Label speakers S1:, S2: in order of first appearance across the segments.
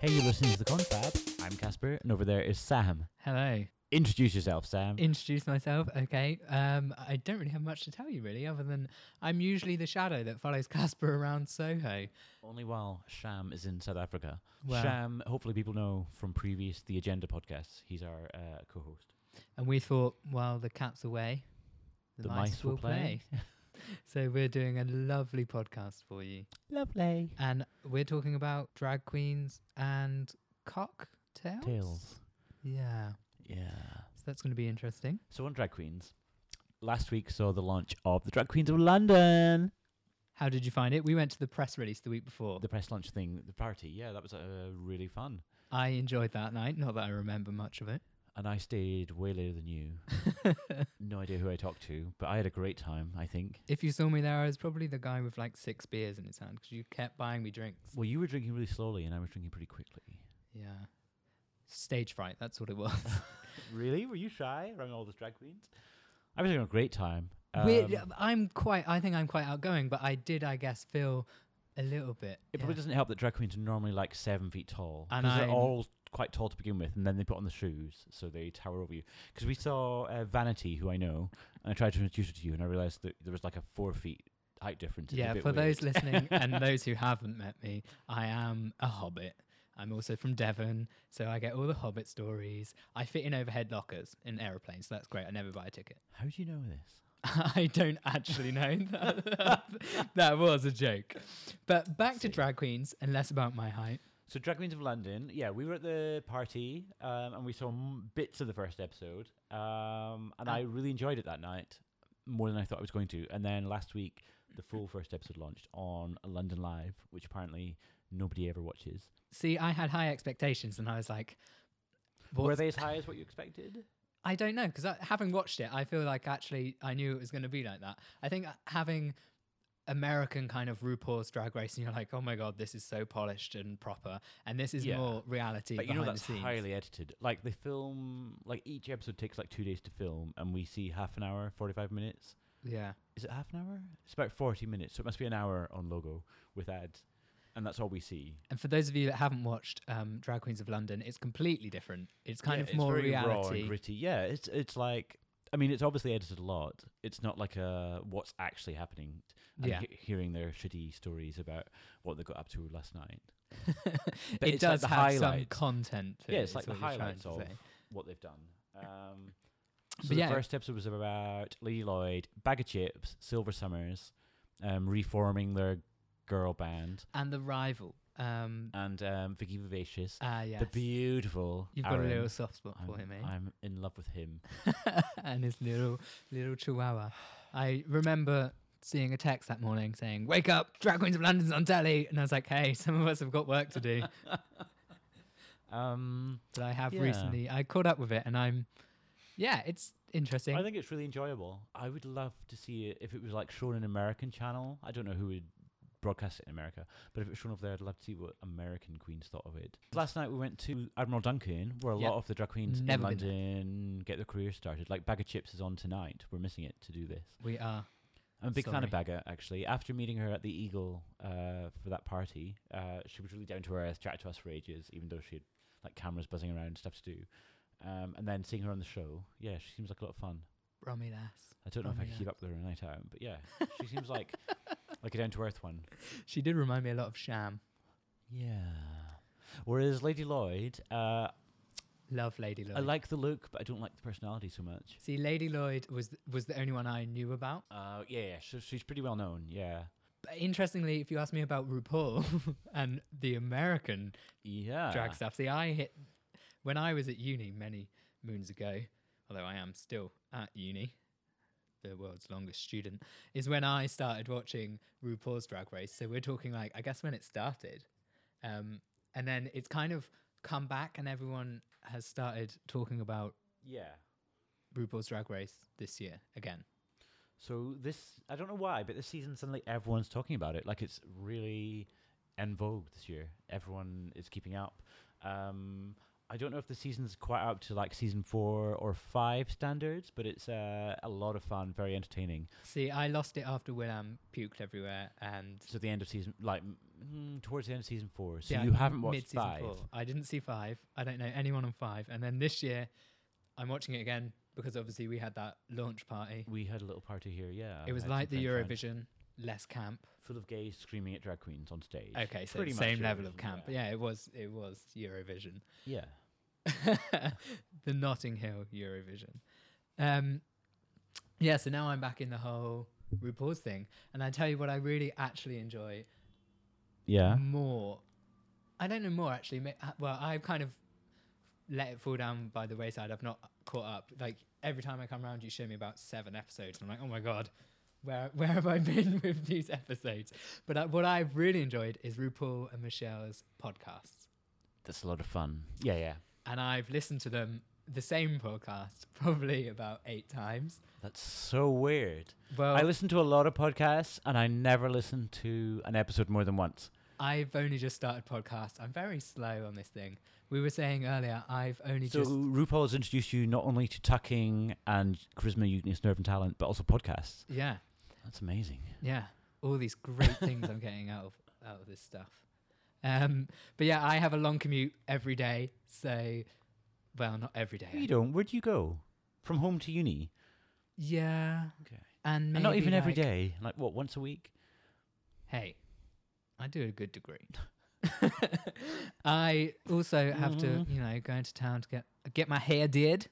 S1: Hey, you're listening to The Confab. I'm Casper, and over there is Sam.
S2: Hello.
S1: Introduce yourself, Sam.
S2: Introduce myself. Okay. Um, I don't really have much to tell you, really, other than I'm usually the shadow that follows Casper around Soho.
S1: Only while Sham is in South Africa.
S2: Wow.
S1: Sham, hopefully people know from previous The Agenda podcasts, he's our uh, co-host.
S2: And we thought, while the cat's away, the, mice, will play. so we're doing a lovely podcast for you.
S1: Lovely.
S2: And we're talking about drag queens and cocktails.
S1: Tails.
S2: Yeah.
S1: Yeah.
S2: So that's going to be interesting.
S1: So on Drag Queens, last week saw the launch of the Drag Queens of London.
S2: How did you find it? We went to the press release the week before.
S1: The press lunch thing, the party. Yeah, that was uh, really fun.
S2: I enjoyed that night. Not that I remember much of it.
S1: And I stayed way later than you. no idea who I talked to, but I had a great time, I think.
S2: If you saw me there, I was probably the guy with like six beers in his hand because you kept buying me drinks.
S1: Well, you were drinking really slowly and I was drinking pretty quickly.
S2: Yeah. Stage fright, that's what it was.
S1: Really? Were you shy around all the drag queens? I was having a great time.
S2: Weird,
S1: Um,
S2: I'm quite, I think I'm quite outgoing, but I did, I guess, feel a little bit.
S1: It probably
S2: yeah.
S1: doesn't help that drag queens are normally like seven feet tall
S2: And
S1: because they're
S2: I'm-
S1: all quite tall to begin with, and then they put on the shoes, so they tower over you. Because we saw uh, Vanity, who I know, and I tried to introduce her to you, and I realized that there was like a four feet height difference. It's a
S2: Yeah,
S1: bit
S2: for those
S1: weird.
S2: listening and those who haven't met me, I am a hobbit. I'm also from Devon, so I get all the hobbit stories. I fit in overhead lockers in aeroplanes, so that's great. I never buy a ticket.
S1: How do you know this?
S2: I don't actually know. That, that was a joke. But back to drag queens and less about my height.
S1: So Drag Queens of London, yeah, we were at the party um, and we saw m- bits of the first episode, um, and
S2: Ah.
S1: I really enjoyed it that night more than I thought I was going to. And then last week, the full first episode launched on London Live, which apparently nobody ever watches.
S2: See, I had high expectations and I was like,
S1: Were
S2: what?
S1: they as high as what you expected?
S2: I don't know. Because having watched it, I feel like actually I knew it was going to be like that. I think having American kind of RuPaul's drag race and you're like, oh my God, this is so polished and proper. And this is
S1: Yeah.
S2: more reality
S1: But you
S2: behind
S1: know that's
S2: the scenes.
S1: highly edited. Like they film, like each episode takes like two days to film, and we see half an hour, forty-five minutes.
S2: yeah.
S1: Is it half an hour? It's about forty minutes, so it must be an hour on logo with ads, and that's all we see.
S2: And for those of you that haven't watched um, Drag Queens of London, it's completely different. It's kind
S1: Yeah,
S2: of
S1: it's
S2: more
S1: very raw
S2: reality.
S1: and gritty. Yeah, it's it's like I mean, it's obviously edited a lot. It's not like uh what's actually happening. and
S2: Yeah.
S1: he- hearing their shitty stories about what they got up to last night. But
S2: it
S1: it's like
S2: does
S1: the
S2: have some
S1: highlights.
S2: content. To
S1: yeah,
S2: it,
S1: it's
S2: is
S1: like the
S2: what you're trying
S1: highlights
S2: to
S1: of
S2: say.
S1: what they've done. Um,
S2: But
S1: so the
S2: yeah.
S1: first episode was about Lady Lloyd, Bag of Chips, Silver Summers, um, reforming their girl band,
S2: and the rival. Um,
S1: and um, Vicky Vivacious,
S2: ah, yes.
S1: the beautiful.
S2: You've got a
S1: Aaron.
S2: little soft spot
S1: I'm,
S2: for him, eh?
S1: I'm in love with him.
S2: and his little little chihuahua. I remember seeing a text that morning saying, "Wake up, Drag Queens of London's on telly," and I was like, "Hey, some of us have got work to do."
S1: Um,
S2: but I have
S1: Yeah.
S2: recently. I caught up with it, and I'm, yeah, it's interesting.
S1: I think it's really enjoyable. I would love to see it if it was like shown in an American channel. I don't know who would broadcast it in America, but if it was shown over there, I'd love to see what American queens thought of it. Last night we went to Admiral Duncan, where a
S2: Yeah.
S1: lot of the drag queens in
S2: Never been there.
S1: London get their careers started. Like Bag of Chips is on tonight. We're missing it to do this.
S2: we are.
S1: I'm a big fan of
S2: Sorry.
S1: Bagger actually. After meeting her at the Eagle uh, for that party, uh, she was really down to earth, chatted to us for ages, even though she had like cameras buzzing around, stuff to do. Um, and then seeing her on the show, yeah, she seems like a lot of fun.
S2: Rummy lass.
S1: I don't know if I
S2: Blimey,
S1: can
S2: yeah.
S1: keep up with her on a night out, but yeah, she seems like like a down to earth one.
S2: She did remind me a lot of Sham.
S1: Yeah. Whereas Lady Lloyd, uh,
S2: Love Lady Lloyd.
S1: I like the look, but I don't like the personality so much.
S2: See, Lady Lloyd was was the only one I knew about.
S1: Uh, yeah, yeah, she, she's pretty well known. Yeah.
S2: But interestingly, if you ask me about RuPaul and the American
S1: Yeah.
S2: drag stuff, see, I hit when I was at uni many moons ago. Although I am still at uni, the world's longest student is when I started watching RuPaul's Drag Race. So we're talking like I guess when it started, um, and then it's kind of come back, and everyone has started talking about
S1: Yeah.
S2: RuPaul's Drag Race this year again.
S1: So this, I don't know why, but this season suddenly everyone's talking about it. Like it's really en vogue this year. Everyone is keeping up. Um, I don't know if the season's quite up to like season four or five standards, but it's uh, a lot of fun, very entertaining.
S2: See, I lost it after Willem puked everywhere, and
S1: So the end of season, like mm, towards the end of season four. So
S2: Yeah,
S1: you haven't watched
S2: mid-season
S1: five.
S2: four. I didn't see five. I don't know anyone on five. And then this year, I'm watching it again because obviously we had that launch party.
S1: We had a little party here, yeah.
S2: it was
S1: I had
S2: like
S1: some
S2: the
S1: friends round.
S2: Eurovision, less camp.
S1: full of gays screaming at drag queens on stage.
S2: Okay, so
S1: Pretty much
S2: same level of
S1: Eurovision,
S2: camp. Yeah. it was. It was Eurovision,
S1: Yeah.
S2: the Notting Hill Eurovision. Um, yeah. So now I'm back in the whole RuPaul's thing, and I tell you what, I really actually enjoy
S1: Yeah.
S2: Mm-hmm. more. I don't know more actually. Ma- uh, Well, I've kind of let it fall down by the wayside. I've not caught up. Like every time I come around, you show me about seven episodes, and I'm like, oh my god, where where have I been with these episodes? But uh, what I've really enjoyed is RuPaul and Michelle's podcasts,
S1: That's a lot of fun. Yeah, yeah.
S2: and I've listened to them the same podcast probably about eight times.
S1: That's so weird.
S2: Well,
S1: I listen to a lot of podcasts and I never listen to an episode more than once.
S2: I've only just started podcasts. I'm very slow on this thing. We were saying earlier, I've only
S1: So
S2: just
S1: RuPaul has introduced you not only to tucking and charisma, uniqueness, nerve, and talent, but also podcasts.
S2: yeah.
S1: That's amazing.
S2: Yeah, all these great things I'm getting out of out of this stuff. Um, but yeah, I have a long commute every day, so well, not every day.
S1: You don't. Where do you go? From home to uni.
S2: Yeah,
S1: Okay.
S2: and maybe
S1: and not even every
S2: like-
S1: day. Like what? Once a week.
S2: Hey, I do a good degree. I also have
S1: Mhm.
S2: to, you know, go into town to get get my hair did,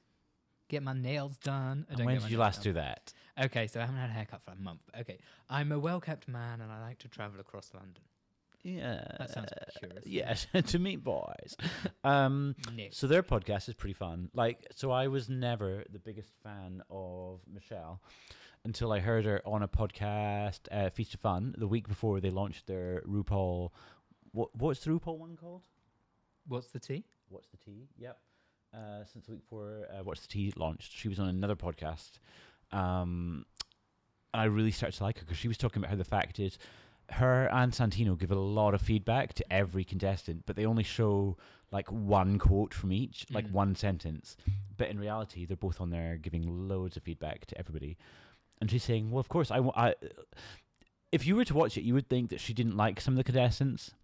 S2: get my nails done. I
S1: And
S2: don't
S1: when
S2: get my
S1: did you
S2: nails
S1: last
S2: done.
S1: do that?
S2: Okay, so I haven't had a haircut for a month. but okay, I'm a well kept man, and I like to travel across London.
S1: Yeah.
S2: That sounds pure.
S1: Uh, Yes, to meet boys. Um,
S2: Nick.
S1: So their podcast is pretty fun. Like, so I was never the biggest fan of Michelle until I heard her on a podcast, uh, Feast of Fun, the week before they launched their RuPaul. What what's the RuPaul one called?
S2: What's the tea?
S1: What's the Tea? Yep. Uh, since the week before uh, What's the Tea launched, she was on another podcast. Um, and I really started to like her because she was talking about how the fact is her and Santino give a lot of feedback to every contestant, but they only show like one quote from each, like
S2: Mm.
S1: one sentence. But in reality, they're both on there giving loads of feedback to everybody. And she's saying, well, of course, I, wa- I, if you were to watch it, you would think that she didn't like some of the contestants.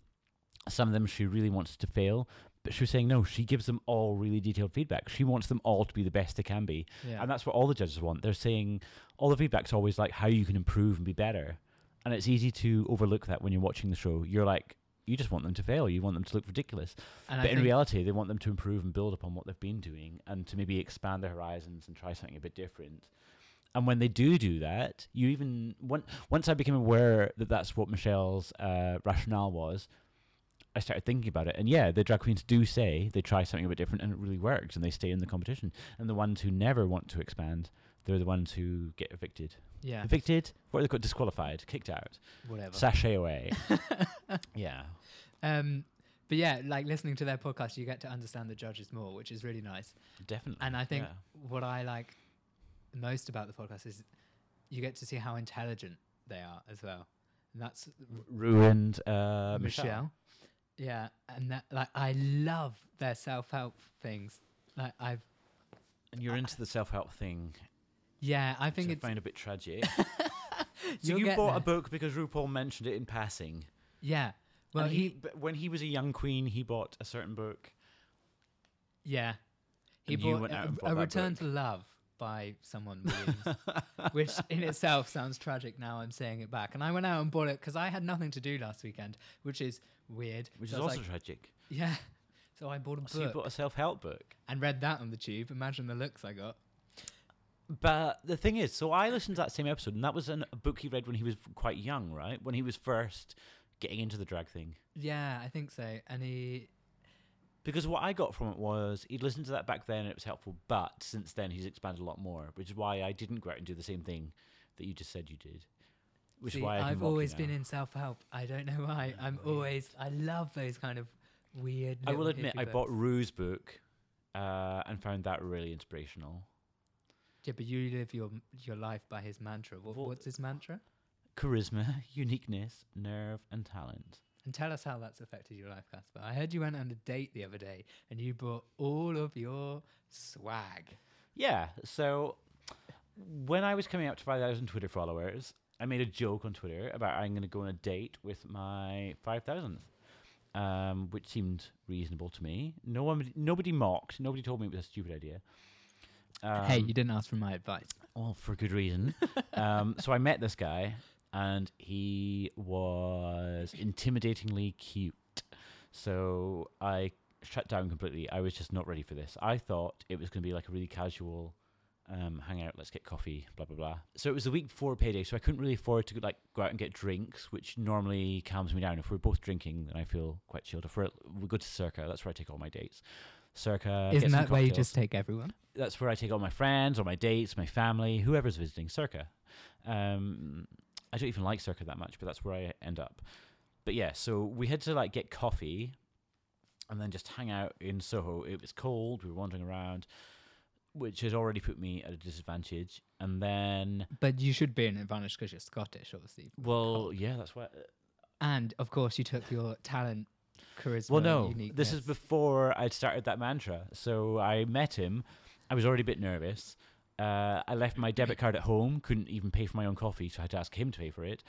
S1: Some of them she really wants to fail, but she was saying no. She gives them all really detailed feedback. She wants them all to be the best they can be,
S2: Yeah.
S1: and that's what all the judges want. They're saying all the feedback's always like how you can improve and be better, and it's easy to overlook that when you're watching the show. You're like, you just want them to fail. You want them to look ridiculous,
S2: and
S1: but in
S2: think-
S1: reality, they want them to improve and build upon what they've been doing, and to maybe expand their horizons and try something a bit different. And when they do do that, you even on- once I became aware that that's what Michelle's uh, rationale was, I started thinking about it. And yeah, the drag queens do say they try something a bit different and it really works, and they stay in the competition. And the ones who never want to expand, they're the ones who get evicted.
S2: yeah,
S1: Evicted? What are they called? Disqualified, kicked out,
S2: whatever.
S1: sashay away. yeah,
S2: Um, but yeah, like listening to their podcast, you get to understand the judges more, which is really nice.
S1: definitely.
S2: And I think
S1: yeah.
S2: what I like most about the podcast is you get to see how intelligent they are as well. And that's
S1: ruined uh,
S2: Michelle.
S1: Michelle.
S2: Yeah, and that like I love their self-help things. Like I've
S1: And you're into the self help thing,
S2: yeah, I think
S1: which I
S2: it's
S1: find a bit tragic. so
S2: You'll
S1: you
S2: get
S1: bought a
S2: there.
S1: book because RuPaul mentioned it in passing.
S2: yeah. Well,
S1: and he,
S2: he,
S1: but when he was a young queen, he bought a certain book.
S2: yeah, he
S1: And you
S2: bought
S1: went out
S2: a,
S1: and bought
S2: a
S1: that
S2: Return to Love by someone Williams. which in itself sounds tragic now I'm saying it back. And I went out and bought it because I had nothing to do last weekend, which is weird.
S1: Which
S2: So
S1: is
S2: I was
S1: also
S2: like,
S1: tragic.
S2: yeah. So I bought a book
S1: So you bought a self help book.
S2: and read that on the tube. Imagine the looks I got.
S1: But the thing is, so I listened to that same episode, and that was an, a book he read when he was quite young, right? When he was first getting into the drag thing.
S2: Yeah, I think so. And he,
S1: Because what I got from it was he'd listened to that back then and it was helpful, but since then he's expanded a lot more, which is why I didn't go out and do the same thing that you just said you did. Which
S2: see,
S1: is why I can
S2: I've
S1: mock you
S2: always
S1: now.
S2: been in self help. I don't know why. I'm always, I love those kind of weird.
S1: I will
S2: little
S1: admit,
S2: hippie
S1: I bought
S2: books.
S1: Rue's book uh, and found that really inspirational.
S2: Yeah, but you live your your life by his mantra. What,
S1: Well-
S2: what's his mantra?
S1: Charisma, uniqueness, nerve, and talent.
S2: and tell us how that's affected your life, Casper. I heard you went on a date the other day and you brought all of your swag.
S1: Yeah. So when I was coming up to 5,000 Twitter followers, I made a joke on Twitter about I'm going to go on a date with my 5,000th, um, which seemed reasonable to me. No one, nobody mocked. Nobody told me it was a stupid idea. Um,
S2: hey, you didn't ask for my advice.
S1: well, for good reason. um, so I met this guy, and he was intimidatingly cute. So I shut down completely. I was just not ready for this. I thought it was going to be like a really casual um, hangout. Let's get coffee, blah blah blah. So it was the week before payday, so I couldn't really afford to like go out and get drinks, which normally calms me down. If we're both drinking, then I feel quite chilled. If we're, we go to Circa, that's where I take all my dates. Circa get
S2: Isn't
S1: some
S2: that where you
S1: cocktails
S2: just take everyone?
S1: that's where I take all my friends or my dates, my family, whoever's visiting Circa. Um, I don't even like Circa that much, but that's where I end up. But yeah, so we had to like get coffee and then just hang out in Soho. It was cold, we were wandering around, which had already put me at a disadvantage. And then,
S2: But you should be an advantage because you're Scottish, obviously.
S1: well, yeah, that's why.
S2: And of course, you took your talent, charisma.
S1: Well, no,
S2: uniqueness.
S1: this is before I'd started that mantra. So I met him. I was already a bit nervous. Uh, I left my debit card at home, couldn't even pay for my own coffee, so I had to ask him to pay for it.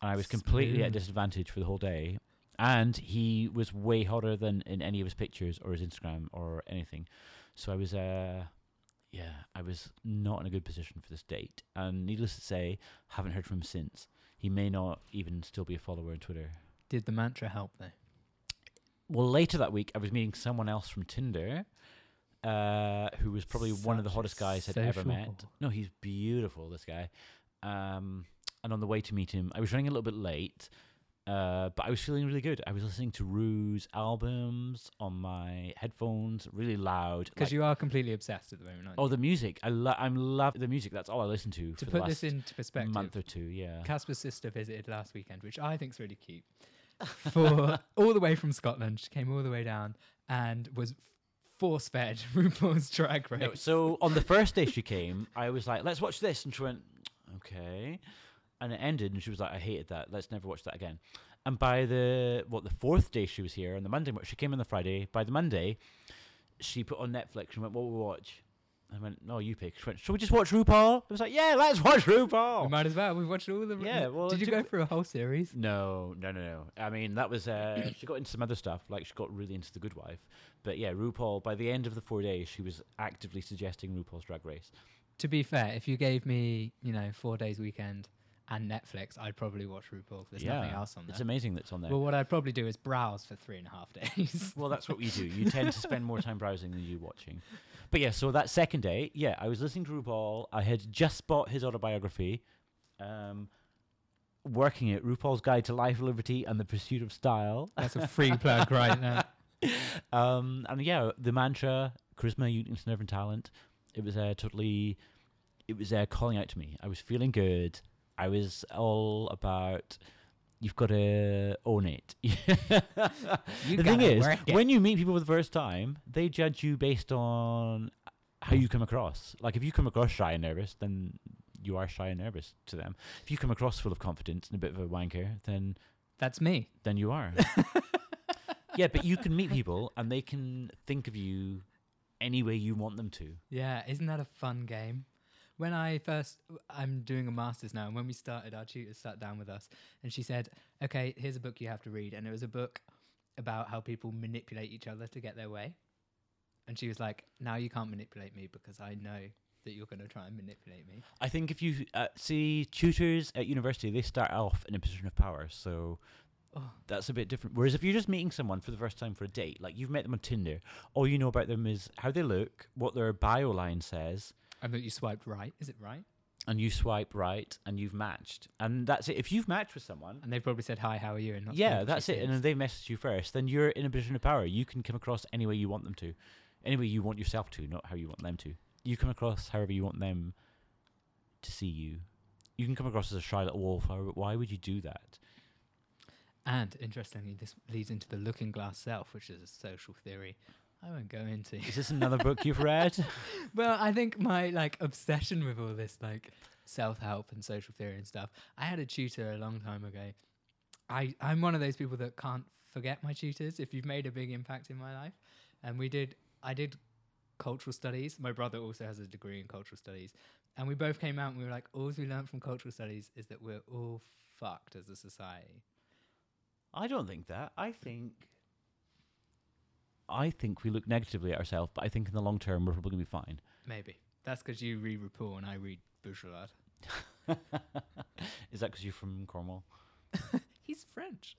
S1: And I was completely at
S2: Smooth.
S1: a disadvantage for the whole day. And he was way hotter than in any of his pictures or his Instagram or anything. So I was, uh, yeah, I was not in a good position for this date. And needless to say, haven't heard from him since. He may not even still be a follower on Twitter.
S2: Did the mantra help though?
S1: Well, later that week, I was meeting someone else from Tinder, uh, who was probably one of the
S2: Such a
S1: hottest guys I'd ever
S2: social
S1: met.
S2: whore.
S1: No, he's beautiful, this guy. Um, and on the way to meet him, I was running a little bit late, uh, but I was feeling really good. I was listening to Rue's albums on my headphones, really loud.
S2: Because
S1: like-
S2: you are completely obsessed at the moment. Aren't
S1: oh, the music! I lo- I'm love the music. That's all I listen to
S2: you? To
S1: for
S2: put
S1: the
S2: this
S1: last
S2: into perspective,
S1: month or two. Yeah.
S2: Casper's sister visited last weekend, which I think's really cute. For all the way from Scotland, she came all the way down and was force fed RuPaul's Drag Race.
S1: No, so on the first day she came, I was like, "Let's watch this," and she went, "Okay," and it ended, and she was like, "I hated that. Let's never watch that again." And by the what the fourth day she was here on the Monday, she came on the Friday. By the Monday, she put on Netflix and went, "What will we watch?" I went, "No, you pick." She went, "Shall we just watch RuPaul?" I was like, "Yeah, let's watch
S2: we
S1: RuPaul."
S2: might as well. We've watched all the.
S1: Yeah, well,
S2: Did you
S1: it
S2: go
S1: took-
S2: through a whole series?
S1: No, no, no, no. I mean, that was uh, she got into some other stuff, like she got really into The Good Wife. But yeah, RuPaul. By the end of the four days, she was actively suggesting RuPaul's Drag Race.
S2: To be fair, if you gave me, you know, four days weekend and Netflix, I'd probably watch RuPaul. 'cause There's nothing else on
S1: It's
S2: there.
S1: amazing that's on there.
S2: Well, what I'd probably do is browse for three and a half days.
S1: Well, that's what we do. You tend to spend more time browsing than you watching. But yeah, so that second day, yeah, I was listening to RuPaul. I had just bought his autobiography, um, working it, RuPaul's Guide to Life, Liberty, and the Pursuit of Style.
S2: That's a free plug right now.
S1: Um, and yeah, the mantra, charisma, uniqueness, nerve, and talent. It was uh, totally, it was uh, calling out to me. I was feeling good. I was all about. You've got to own it.
S2: You
S1: the thing
S2: gotta
S1: is,
S2: work it.
S1: when you meet people for the first time, they judge you based on how you come across. Like, if you come across shy and nervous, then you are shy and nervous to them. If you come across full of confidence and a bit of a wanker, then
S2: That's me.
S1: then you are. yeah, but you can meet people and they can think of you any way you want them to.
S2: Yeah, isn't that a fun game? When I first, I'm doing a master's now, and when we started, our tutor sat down with us and she said, Okay, here's a book you have to read. And it was a book about how people manipulate each other to get their way. And she was like, Now you can't manipulate me because I know that you're going to try and manipulate me.
S1: I think if you uh, see tutors at university, they start off in a position of power, so
S2: Oh.
S1: that's a bit different. Whereas if you're just meeting someone for the first time for a date, like you've met them on Tinder, all you know about them is how they look, what their bio line says,
S2: And that you swiped right. Is it right?
S1: and you swipe right and you've matched, and that's it. If you've matched with someone,
S2: And they probably said, Hi, how are you? And not
S1: yeah,
S2: "Who
S1: that's
S2: she
S1: it. And
S2: is."
S1: if they message you first, then you're in a position of power. You can come across any way you want them to, any way you want yourself to, not how you want them to. You come across however you want them to see you. You can come across as a shy little wallflower, but why would you do that?
S2: And interestingly, this leads into the looking glass self, which is a social theory. I won't go into.
S1: Is this another book you've read?
S2: well, I think my like obsession with all this like self help and social theory and stuff. I had a tutor a long time ago I I'm one of those people that can't forget my tutors if you've made a big impact in my life. And we did I did cultural studies. My brother also has a degree in cultural studies. And we both came out and we were like, all we learned from cultural studies is that we're all fucked as a society.
S1: I don't think that. I think. I think we look negatively at ourselves, but I think in the long term we're probably gonna be fine.
S2: Maybe. That's because you read Rapport and I read Bouchelard.
S1: Is that because you're from Cornwall?
S2: He's French.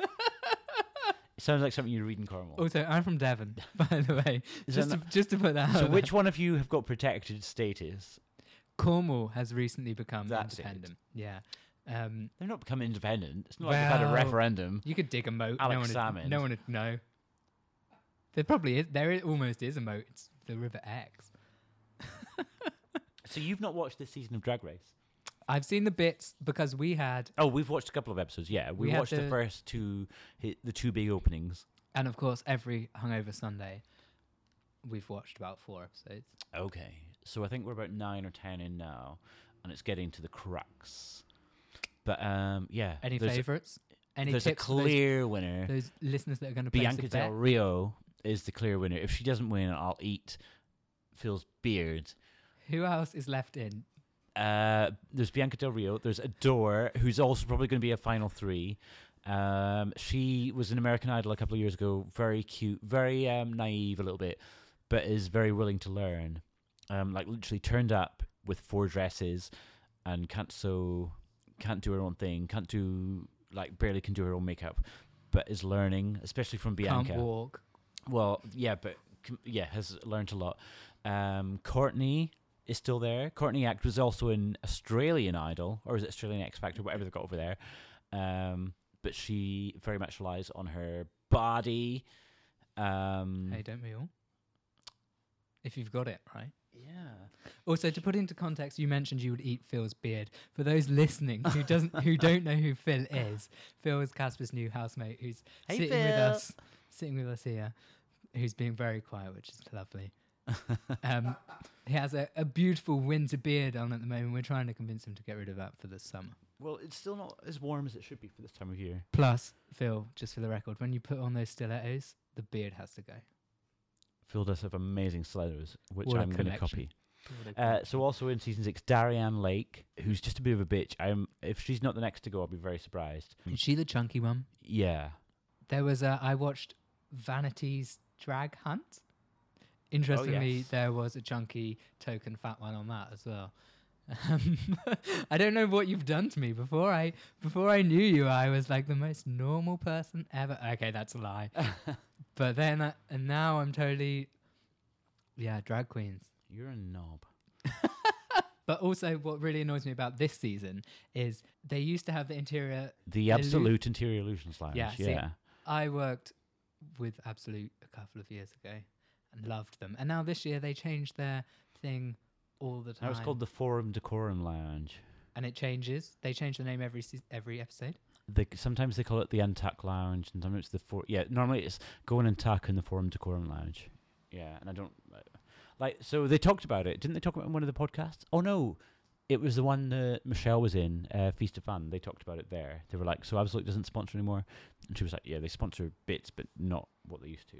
S1: It sounds like something you read in Cornwall.
S2: Also, I'm from Devon, by the way.
S1: Is
S2: Oh, Just
S1: that
S2: to, just to put that out.
S1: so
S2: there.
S1: which one of you have got protected status?
S2: Cornwall has recently become
S1: That's it.
S2: independent. Yeah. Um,
S1: They're not becoming independent. It's not like they've had a
S2: Well,
S1: referendum.
S2: you could dig a moat.
S1: Alex
S2: no one
S1: Salmond.
S2: Would, no one would know. There probably is. There is, almost is a moat. It's the River Exe.
S1: So you've not watched this season of Drag Race?
S2: I've seen the bits because we had,
S1: Oh, we've watched a couple of episodes. Yeah, we,
S2: We had
S1: watched the,
S2: the-
S1: first two, hi- the two big openings.
S2: and of course, every hungover Sunday, we've watched about four episodes.
S1: Okay, so I think we're about nine or ten in now, and it's getting to the crux. But um, yeah,
S2: Any
S1: there's,
S2: favourites? Any
S1: there's a
S2: tips? for those-
S1: clear winner.
S2: Those, listeners that are going to place
S1: Bianca
S2: a bet.
S1: Del Rio is the clear winner. If she doesn't win, I'll eat Phil's beard.
S2: Who else is left in?
S1: Uh, there's Bianca Del Rio. There's Adore, who's also probably going to be a final three. Um, she was an American Idol a couple of years ago. Very cute, very um, naive a little bit, but is very willing to learn. Um, like literally turned up with four dresses, and can't so can't do her own thing. Can't do like barely can do her own makeup, but is learning, especially from Bianca.
S2: Can't walk.
S1: Well, yeah, but com- yeah, has learnt a lot. Um, Courtney is still there. Courtney Act was also in Australian Idol, or is it Australian X Factor, whatever they've got over there. Um, but she very much relies on her body. Um,
S2: Hey, don't we all? If you've got it, right?
S1: yeah.
S2: Also, to put into context, you mentioned you would eat Phil's beard. For those listening who doesn't who don't know who Phil is, Phil is Casper's new housemate who's
S1: Hey,
S2: sitting with
S1: Phil.
S2: us, sitting with us here, who's being very quiet, which is lovely. um, he has a, a beautiful winter beard on at the moment. We're trying to convince him to get rid of that for the summer.
S1: Well, it's still not as warm as it should be for this time of year.
S2: Plus, Phil, just for the record, when you put on those stilettos, the beard has to go.
S1: Phil does have amazing sliders, which
S2: What a
S1: I'm going to
S2: connection.
S1: copy. Uh, so also in season six, Darianne Lake, who's just a bit of a bitch. I'm if she's not the next to go, I'll be very surprised.
S2: is she the chunky one?
S1: Yeah.
S2: There was a, I watched Vanity's Drag Hunt. Interestingly,
S1: yes.
S2: there was a chunky token fat one on that as well. Um, I don't know what you've done to me before I before I knew you. I was like the most normal person ever. Okay, that's a lie. but then I, and now I'm totally yeah, drag queens.
S1: You're a knob.
S2: But also what really annoys me about this season is they used to have the interior
S1: The
S2: Illu-
S1: absolute interior illusions lounge. Yeah,
S2: Yeah, see- I worked with Absolute a couple of years ago and loved them. And now this year they changed their thing all the time.
S1: now it's called the Forum Decorum Lounge.
S2: and it changes. They change the name every se- every episode.
S1: They, sometimes they call it the Untuck Lounge, and sometimes the for yeah. Normally it's going and tuck in the Forum Decorum Lounge. Yeah, and I don't I- like. So they talked about it, didn't they? Talk about it in one of the podcasts. Oh no, it was the one that Michelle was in, uh, Feast of Fun. They talked about it there. They were like, "So Absolute doesn't sponsor anymore," and she was like, "Yeah, they sponsor bits, but not what they used to."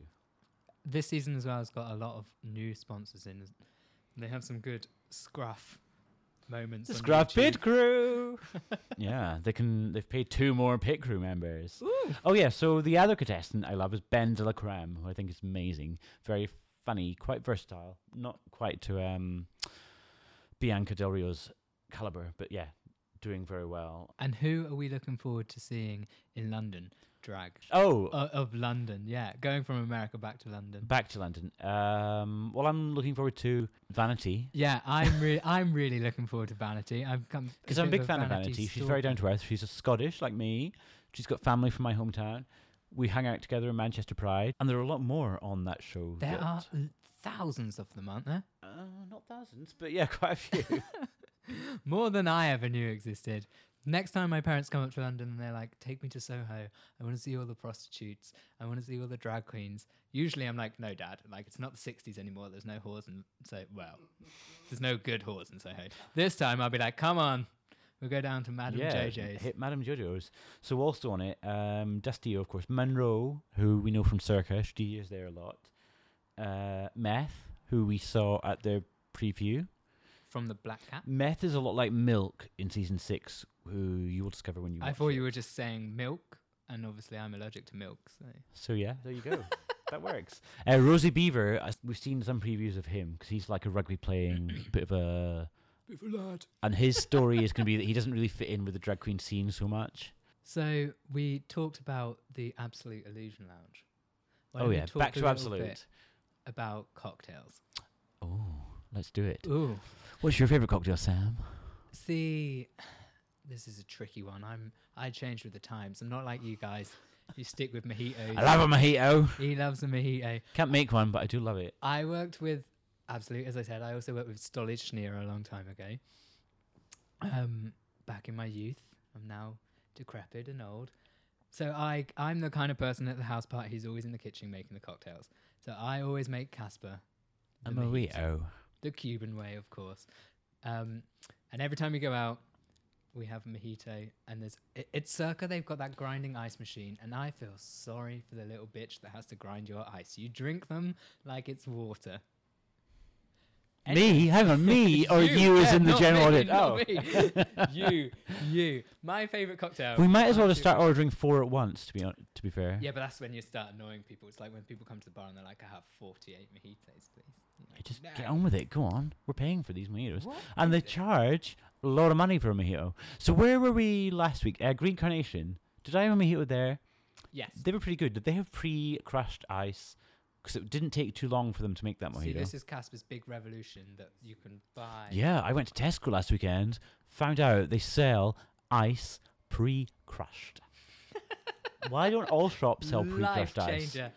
S2: This season as well has got a lot of new sponsors in. And they have some good scruff moments.
S1: The
S2: on
S1: Scruff
S2: YouTube.
S1: Pit Crew. yeah, they can. They've paid two more pit crew members. Oh yeah. So the other contestant I love is Ben De La Creme, who I think is amazing, very funny, quite versatile. Not quite to um, Bianca Del Rio's caliber, but yeah, doing very well.
S2: And who are we looking forward to seeing in London? Drag.
S1: Oh,
S2: O- of London, yeah. Going from America back to London.
S1: back to London. Um, well, I'm looking forward to Vanity.
S2: Yeah, I'm really, I'm really looking forward to Vanity. I've come
S1: Because I'm a
S2: bit
S1: big fan of Vanity. She's very down
S2: stalker.
S1: to earth. She's a Scottish like me. She's got family from my hometown. We hang out together in Manchester Pride, and there are a lot more on that show.
S2: There
S1: that-
S2: are l- thousands of them, aren't there?
S1: uh, not thousands, but yeah, quite a few.
S2: More than I ever knew existed. Next time my parents come up to London and they're like, "Take me to Soho. I want to see all the prostitutes. I want to see all the drag queens." Usually I'm like, "No, Dad. Like it's not the '60s anymore. There's no whores in so well, there's no good whores in Soho." This time I'll be like, "Come on, We'll go down to Madam
S1: yeah,
S2: JJ's.
S1: hit Madame Jojo's. So also on it, um, Dusty, of course, Monroe, who we know from Circa, she is there a lot. Uh, Meth, who we saw at their preview.
S2: From the Black Cat.
S1: Meth is a lot like Milk in season six, who you will discover when you.
S2: I
S1: watch
S2: thought
S1: it.
S2: you were just saying milk, and obviously I'm allergic to milk. So
S1: So yeah, there you go. that works. Uh, Rosie Beaver, uh, we've seen some previews of him because he's like a rugby playing bit of a,
S2: bit of a lad.
S1: and his story is going to be that he doesn't really fit in with the drag queen scene so much.
S2: So we talked about the Absolute Illusion Lounge. Why
S1: oh
S2: don't we
S1: yeah,
S2: talk
S1: back
S2: a
S1: to
S2: little
S1: absolute.
S2: bit about cocktails.
S1: Oh, let's do it.
S2: Ooh,
S1: What's your favorite cocktail, Sam?
S2: see, this is a tricky one. I'm I change with the times. I'm not like you guys. You stick with mojitos.
S1: I love a mojito.
S2: He loves a mojito.
S1: Can't make one, but I do love it.
S2: I worked with Absolute, as I said. I also worked with Stolid Schneer a long time ago. Um, back in my youth, I'm now decrepit and old. So I, I'm the kind of person at the house party who's always in the kitchen making the cocktails. So I always make Casper,
S1: A
S2: the mojito,
S1: mojito.
S2: the Cuban way, of course. Um, and every time we go out, we have a mojito, and there's it, it's circa. They've got that grinding ice machine, and I feel sorry for the little bitch that has to grind your ice. You drink them like it's water.
S1: Me? Hang on, me or you, is
S2: yeah,
S1: in the
S2: not
S1: general
S2: me,
S1: audience?
S2: not
S1: Oh.
S2: me. you, you. My favorite cocktail.
S1: We might as well
S2: I
S1: just
S2: do-
S1: start ordering four at once. To be on, to be fair,
S2: Yeah, but that's when you start annoying people. It's like when people come to the bar and they're like, "I have forty-eight mojitos, please." You're like,
S1: just get
S2: "No."
S1: on with it. Go on, we're paying for these mojitos.
S2: What
S1: and they
S2: is it?
S1: charge a lot of money for a mojito. So where were we last week? Uh, Green Carnation. Did I have a mojito there?
S2: yes.
S1: They were pretty good. Did they have pre-crushed ice? Because it didn't take too long for them to make that
S2: See,
S1: mojito.
S2: this is Casper's big revolution that you can buy.
S1: yeah, I went to Tesco last weekend. Found out they sell ice pre-crushed. Why don't all shops sell
S2: Life
S1: pre-crushed ice?
S2: changer.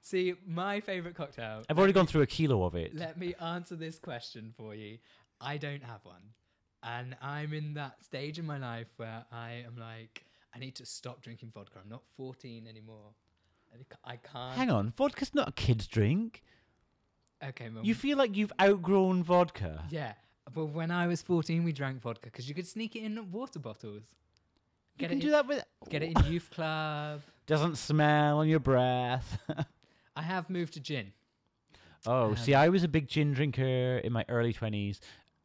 S2: See, my favorite cocktail.
S1: I've already gone through a kilo of it.
S2: Let me answer this question for you. I don't have one, and I'm in that stage in my life where I am like, I need to stop drinking vodka. I'm not 14 anymore. I c- I can't.
S1: Hang on, vodka's not a kid's drink.
S2: Okay, well,
S1: You feel like you've outgrown vodka.
S2: yeah. But when I was 14, we drank vodka because you could sneak it in water bottles.
S1: You
S2: Get
S1: can
S2: it
S1: do
S2: in,
S1: that with
S2: Get it
S1: Oh.
S2: in youth club.
S1: Doesn't smell on your breath.
S2: I have moved to gin.
S1: Oh,
S2: Um,
S1: see, I was a big gin drinker in my early 20s,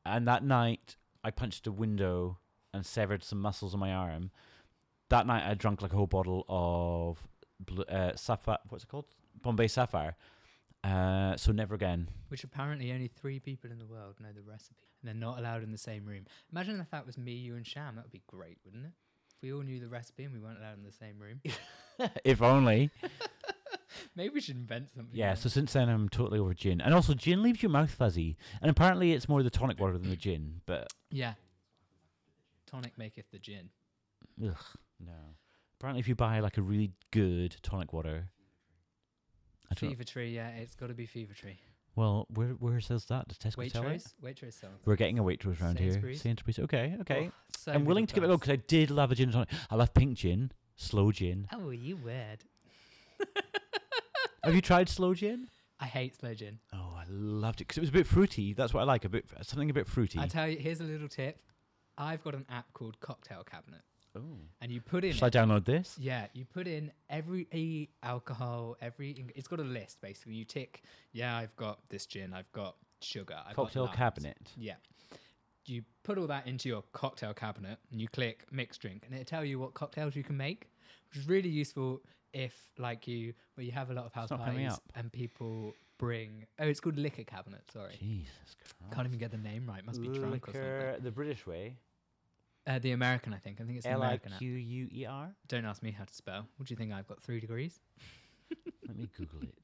S1: and that night I punched a window and severed some muscles on my arm. That night I drank like a whole bottle of bl- uh, sapphire, what's it called? Bombay Sapphire. Uh, so never again.
S2: which apparently only three people in the world know the recipe, and they're not allowed in the same room. Imagine if that was me, you, and Sham. That would be great, wouldn't it? If we all knew the recipe and we weren't allowed in the same room.
S1: if only.
S2: Maybe we should invent something.
S1: Yeah,
S2: then.
S1: so since then I'm totally over gin. And also, gin leaves your mouth fuzzy. And apparently it's more the tonic water than the gin, but
S2: yeah. Tonic maketh the gin.
S1: no. Apparently, if you buy like a really good tonic water. I don't know.
S2: Fever tree, yeah, it's got to be fever tree.
S1: Well, where where says that? Does Tesco sell it?
S2: Waitrose, Waitrose sells. it.
S1: We're getting a Waitrose round here.
S2: Sainsbury's.
S1: Sainsbury's. Okay, okay.
S2: Oh, so
S1: I'm willing to
S2: middle
S1: give it a go
S2: class.
S1: because I did love a gin and tonic. I love pink gin, slow gin.
S2: Oh, you weird.
S1: Have you tried slow gin?
S2: I hate slow gin.
S1: Oh, I loved it because it was a bit fruity. That's what I like. A bit something a bit fruity.
S2: I tell you, here's a little tip. I've got an app called Cocktail Cabinet,
S1: oh.
S2: and you put in
S1: Shall I download this?
S2: Yeah, you put in every e- alcohol, every ing- it's got a list basically. You tick, yeah, I've got this gin, I've got sugar, I've got
S1: Cocktail
S2: limes."
S1: cabinet.
S2: Yeah, you put all that into your cocktail cabinet, and you click mixed drink, and it'll tell you what cocktails you can make, which is really useful if, like you, where you have a lot of house
S1: not coming
S2: parties
S1: up.
S2: and people bring. Oh, it's called liquor cabinet. Sorry,
S1: Jesus Christ.
S2: can't even get the name right. Must be drunk or something.
S1: Liquor, the British way.
S2: Uh, the American, I think. I think it's the
S1: L I
S2: American. app.
S1: Q U E R.
S2: Don't ask me how to spell. What do you think? I've got three degrees.
S1: Let me Google it.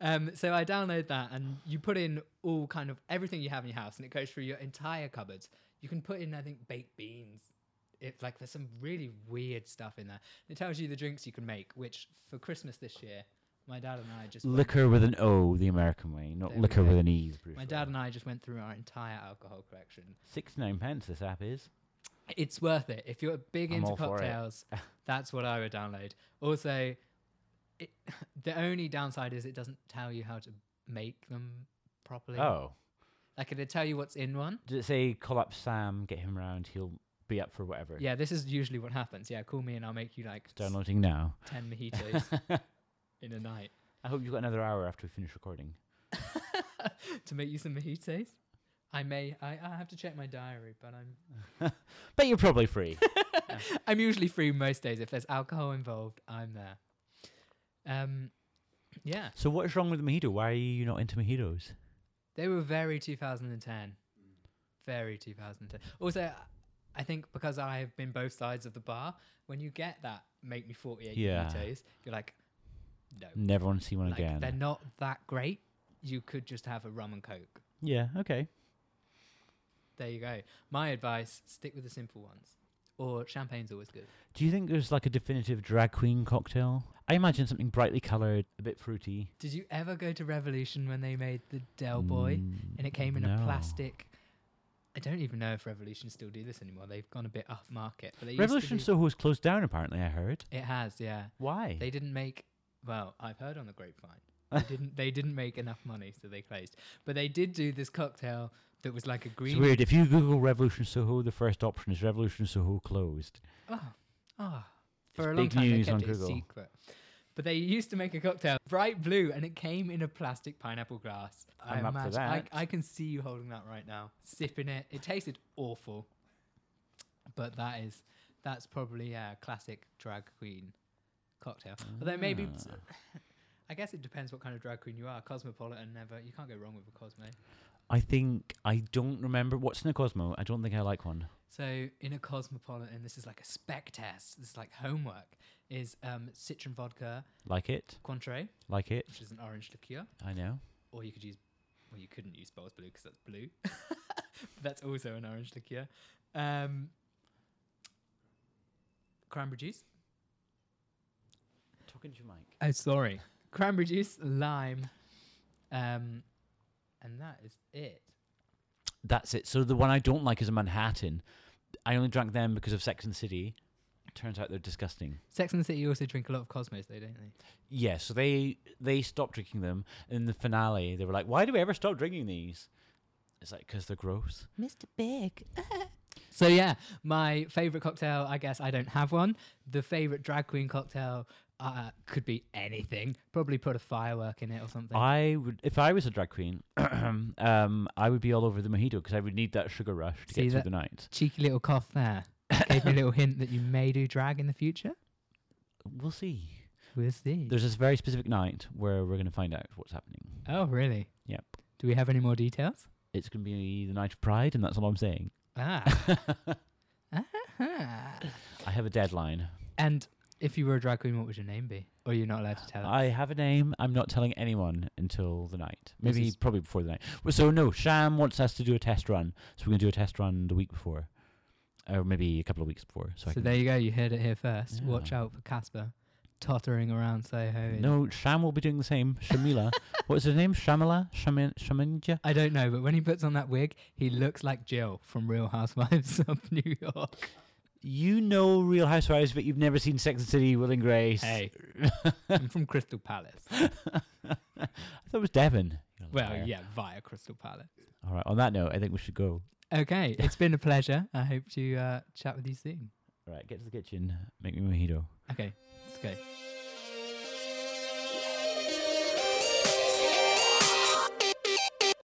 S2: Um, so I download that, and you put in all kind of everything you have in your house, and it goes through your entire cupboards. You can put in, I think, baked beans. It's like there's some really weird stuff in there. It tells you the drinks you can make, which for Christmas this year, my dad and I just went-
S1: Liquor with an O, the American way, not
S2: There we
S1: liquor
S2: go.
S1: with an E. the British
S2: my
S1: way.
S2: dad and I just went through our entire alcohol collection.
S1: Sixty-nine pence. This app is.
S2: It's worth it if you're big
S1: I'm
S2: into
S1: all for it.
S2: cocktails. that's what I would download. Also, it, the only downside is it doesn't tell you how to make them properly.
S1: Oh.
S2: Like, it'll tell you what's in one.
S1: Did it say call up Sam, get him around, he'll be up for whatever?
S2: Yeah, this is usually what happens. Yeah, call me and I'll make you like
S1: It's downloading now.
S2: 10 mojitos
S1: I
S2: in a night
S1: hope you've got another hour after we finish recording.
S2: to make you some mojitos. I may, I, I have to check my diary, but I'm
S1: But you're probably free.
S2: I'm usually free most days. If there's alcohol involved, I'm there. Um, yeah,
S1: so what is wrong with the mojito? Why are you not into mojitos?
S2: they were very 2010, very 2010. Also, I think because I have been both sides of the bar, when you get that make me 48
S1: Yeah.
S2: mojitos, you're like, no,
S1: Never want to see one
S2: like,
S1: again.
S2: they're not that great. You could just have a rum and coke.
S1: yeah, okay.
S2: There you go. My advice: stick with the simple ones, or champagne's always good.
S1: Do you think there's like a definitive drag queen cocktail? I imagine something brightly coloured, a bit fruity.
S2: Did you ever go to Revolution when they made the Del Oh, Boy? and it came in a
S1: Mm, No.
S2: plastic. I don't even know if Revolution still do this anymore. They've gone a bit off market. But they used to
S1: Revolution
S2: do-
S1: Soho is closed down, apparently, I heard.
S2: it has, yeah.
S1: Why?
S2: They didn't make. Well, I've heard on the grapevine. They didn't. They didn't make enough money, so they closed. But they did do this cocktail that was like a green.
S1: It's weird. If you Google Revolution Soho, the first option is Revolution Soho closed.
S2: Oh, oh. For
S1: It's
S2: a long
S1: big
S2: time, they
S1: news
S2: kept
S1: on
S2: it a
S1: Google.
S2: secret. But they used to make a cocktail bright blue, and it came in a plastic pineapple glass. I
S1: I'm up for
S2: imagine I,
S1: that.
S2: I can see you holding that right now, sipping it. It tasted awful, but that is that's probably a classic drag queen cocktail. Although
S1: Ah.
S2: maybe, I guess it depends what kind of drag queen you are. Cosmopolitan, never you can't go wrong with a Cosmo.
S1: I think I don't remember what's in a Cosmo. I don't think I like one.
S2: So in a cosmopolitan, this is like a spec test. This is like homework. Is um, citron vodka,
S1: Like it,
S2: Cointreau,
S1: like it.
S2: which is an orange liqueur,
S1: I know.
S2: or you could use, well, you couldn't use Bowls Blue because that's blue. But that's also an orange liqueur. Um, cranberry juice.
S1: Talking to your mic.
S2: Oh, sorry. Cranberry juice, lime, um, and that is it.
S1: That's it. So the one I don't like is a Manhattan. I only drank them because of Sex and the City. Turns out they're disgusting.
S2: Sex and the City also drink a lot of Cosmos, though, don't they?
S1: Yeah, so they they stopped drinking them. In the finale, they were like, "Why do we ever stop drinking these?" It's like because they're gross.
S3: Mr. Big.
S2: So yeah, my favorite cocktail. I guess I don't have one. The favorite drag queen cocktail uh, could be anything. Probably put a firework in it or something.
S1: I would, if I was a drag queen, um, I would be all over the mojito because I would need that sugar rush to
S2: See
S1: get through
S2: that-
S1: the night.
S2: Cheeky little cough there. Gave me a little hint that you may do drag in the future.
S1: We'll see.
S2: We'll see.
S1: There's this very specific night where we're going to find out what's happening.
S2: Oh really?
S1: Yep.
S2: Do we have any more details?
S1: It's going to be the night of pride, and that's all I'm saying.
S2: Ah.
S1: I have a deadline.
S2: and if you were a drag queen, what would your name be? Or you're not allowed to tell. us?
S1: I have a name. I'm not telling anyone until the night.
S2: This
S1: Maybe
S2: is-
S1: probably before the night. Well, So no, Sham wants us to do a test run, so we're going to do a test run the week before, or maybe a couple of weeks before. So, I
S2: so
S1: can.
S2: there you go. You heard it here first.
S1: Yeah.
S2: Watch out for Casper tottering around Soho. in-
S1: No, Sham will be doing the same. Shamila. what is her name? Shamila? Shamin- Shaminja?
S2: I don't know, but when he puts on that wig, he looks like Jill from Real Housewives of New York.
S1: You know Real Housewives, but you've never seen Sex and the City, Will and Grace.
S2: Hey, I'm from Crystal Palace.
S1: I thought it was Devon. You're a
S2: Well,
S1: liar.
S2: yeah, via Crystal Palace.
S1: All right. On that note, I think we should go.
S2: Okay, it's been a pleasure. I hope to uh, chat with you soon.
S1: All right. Get to the kitchen. Make me a mojito.
S2: Okay, let's go.